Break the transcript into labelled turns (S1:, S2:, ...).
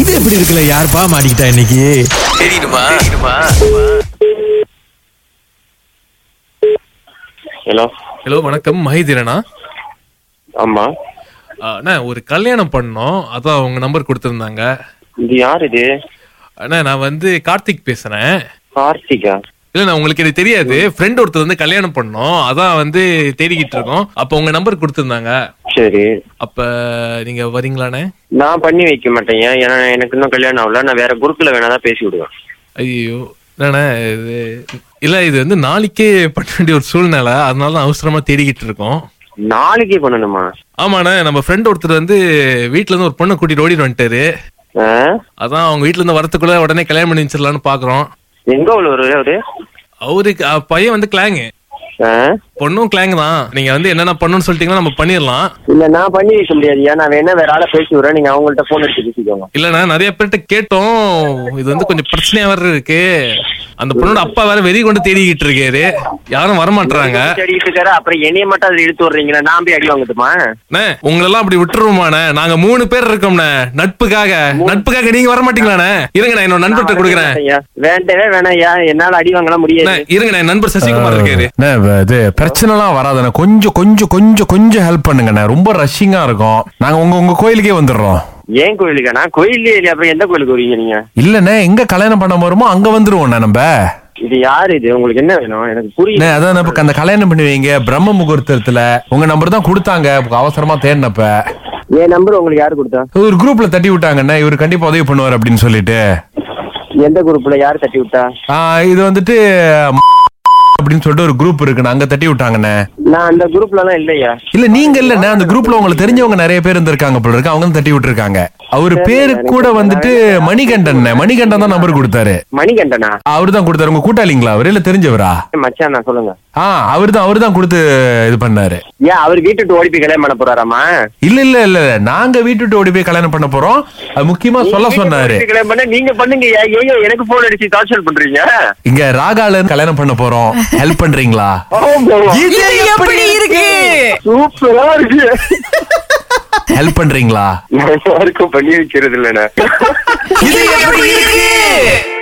S1: இது எப்படி இருக்குல்ல யாருப்பா மாட்டிக்கிட்டா இன்னைக்கு
S2: தெரியுமா
S3: ஹலோ
S2: ஹலோ வணக்கம் மஹிதிரனா
S3: ஆமா
S2: அண்ணா ஒரு கல்யாணம் பண்ணோம் அதான் உங்க நம்பர் கொடுத்துருந்தாங்க
S3: இது யார் இது
S2: அண்ணா நான் வந்து கார்த்திக் பேசுறேன்
S3: கார்த்திகா
S2: இல்ல நான் உங்களுக்கு இது தெரியாது ஃப்ரெண்ட் ஒருத்தர் வந்து கல்யாணம் பண்ணோம் அதான் வந்து தேடிக்கிட்டு இருக்கோம் அப்ப உங்க நம்பர் கொடுத்துருந்தாங்க
S3: சரி
S2: அப்ப நீங்க வரீங்களாண்ணே
S3: நான் பண்ணி வைக்க மாட்டேன் ஏன்? ஏன்னா எனக்கு இன்னும் கல்யாணம் ஆகல நான் வேற குரூப்ல வேணாதான் பேசி விடுவேன்
S2: ஐயோ இல்லண்ணா இது இல்ல இது வந்து நாளைக்கே பண்ண வேண்டிய ஒரு சூழ்நிலை அதனால தான் அவசரமா தேடிக்கிட்டு இருக்கோம்
S3: நாளைக்கே பண்ணணுமா
S2: ஆமாண்ணே நம்ம ஃப்ரெண்ட் ஒருத்தர் வந்து வீட்ல இருந்து ஒரு பொண்ணை கூட்டிட்டு ஓடிட்டு வந்துட்டாரு
S3: ஆ?
S2: அதான் அவங்க வீட்ல இருந்து வரத்துக்குள்ள உடனே கல்யாணம் பண்ணி வச்சிடலாம்னு பாக்குறோம்
S3: எங்க உள்ளவர் அவரு
S2: அவருக்கு அஹ், பையன் வந்து கிளாங்கு
S3: ஆ?
S2: பொண்ணும் கிளாங் தான் நீங்க வந்து என்னென்ன பண்ணணும்னு சொல்லிட்டீங்கன்னா நம்ம பண்ணிடலாம்
S3: இல்ல நான் பண்ணி வைக்க முடியாது ஏன் நான் வேணா வேற ஆளை பேசி விடுறேன் நீங்க அவங்கள்ட்ட போன் எடுத்து பேசிக்கோங்க
S2: இல்லண்ணா நிறைய பேர்கிட்ட கேட்டோம் இது வந்து கொஞ்சம் பிரச்சனையா வேற இருக்கு அந்த பொண்ணோட அப்பா வேற வெறி கொண்டு தேடிக்கிட்டு இருக்காரு யாரும் வரமாட்டாங்க
S3: தேடிட்டு இருக்காரு அப்புறம் என்னைய மட்டும் அதுல இழுத்து விடுறீங்களா நான் போய் அடி வாங்கட்டுமா
S2: உங்களெல்லாம் அப்படி விட்டுருவோமாண்ணே நாங்க மூணு பேர் இருக்கோம்ண்ணே நட்புக்காக நட்புக்காக நீங்க வர மாட்டீங்களாண்ணே இருங்க நான் என்னோட நண்பர்கிட்ட கொடுக்குறேன்
S3: ஐயா, வேண்டவே வேணாம் ஐயா என்னால அடி வாங்கலாம் முடியாது
S2: அண்ணே, இருங்க நான் நண்பர் சசிகுமார் இருக்காரு
S4: அண்ணே, இப்ப இது பிரச்சனைலாம் வராதுண்ணே கொஞ்சம் கொஞ்சம் கொஞ்சம் கொஞ்சம் ஹெல்ப் பண்ணுங்கண்ணே ரொம்ப ரஷ்ஷிங்கா இருக்கும் நாங்க உங்க உங்க கோயிலுக்கே வந்துடுறோம்
S3: ஏன் கோயிலுக்கா நான் கோயிலே இல்லையா அப்புறம் எந்த கோயிலுக்கு வருவீங்க நீங்க
S4: இல்லண்ணே எங்க கல்யாணம் பண்ண போறோமோ அங்க வந்துருவோம்ண்ணே நம்ம
S3: இது யாரு இது உங்களுக்கு என்ன வேணும் எனக்கு புரியல
S4: அண்ணே, அதான் இப்ப அந்த கல்யாணம் பண்ணுவீங்க பிரம்ம முகூர்த்தத்துல உங்க நம்பர் தான் கொடுத்தாங்க இப்ப அவசரமா தேடினப்ப
S3: என் நம்பர் உங்களுக்கு யாரு கொடுத்தா
S4: ஒரு குரூப்ல தட்டி விட்டாங்கண்ணே இவர் கண்டிப்பா உதவி பண்ணுவார் அப்படின்னு சொல்லிட்டு
S3: எந்த குரூப்ல யார் தட்டி விட்டா
S4: ஆ, இது வந்துட்டு அப்படின்னு சொல்லிட்டு ஒரு குரூப் இருக்குண்ணே அங்க தட்டி விட்டாங்கண்ணே
S3: நான் அந்த குரூப்ல எல்லாம் இல்லையா
S4: இல்ல நீங்க இல்லண்ணே அந்த குரூப்ல உங்களுக்கு தெரிஞ்சவங்க நிறைய பேர் இருந்திருக்காங்க போல இருக்கு அவங்க தட்டி விட்டுருக்காங்க அவரு பேரு கூட வந்துட்டு மணிகண்டன் மணிகண்டன் தான் நம்பர் கொடுத்தாரு
S3: மணிகண்டனா
S4: அவரு தான் கொடுத்தாரு உங்க கூட்டாளிங்களா அவரு இல்ல தெரிஞ்சவரா
S3: ஏ, மச்சான் நான் சொல்லுங்க
S4: ஆ அவர் தான் அவரு தான் கொடுத்து இது பண்ணாரு
S3: ஏன் அவர் வீட்டு விட்டு ஓடி போய் கல்யாணம் பண்ண போறாராமா
S4: இல்ல இல்ல இல்ல இல்ல. நாங்க வீட்டு விட்டு ஓடி போய் கல்யாணம் பண்ண போறோம் அது முக்கியமா சொல்ல
S3: வீட்டு
S4: சொன்னாரு
S3: ஓடிப் போய் கல்யாணம் பண்ண நீங்க பண்ணுங்க ஏன் ஏன் எனக்கு போன் அடிச்சு டார்ச்சர் பண்றீங்க
S4: இங்க ராகால இருந்து கல்யாணம் பண்ண போறோம் ஹெல்ப் பண்றீங்களா
S1: இது எப்படி இருக்கு
S3: சூப்பரா இருக்கு
S4: ஹெல்ப் பண்றீங்களா
S3: நான் யாருக்கும் பண்ணி வைக்கிறது இல்லண்ணா
S1: இது எப்படி இருக்கு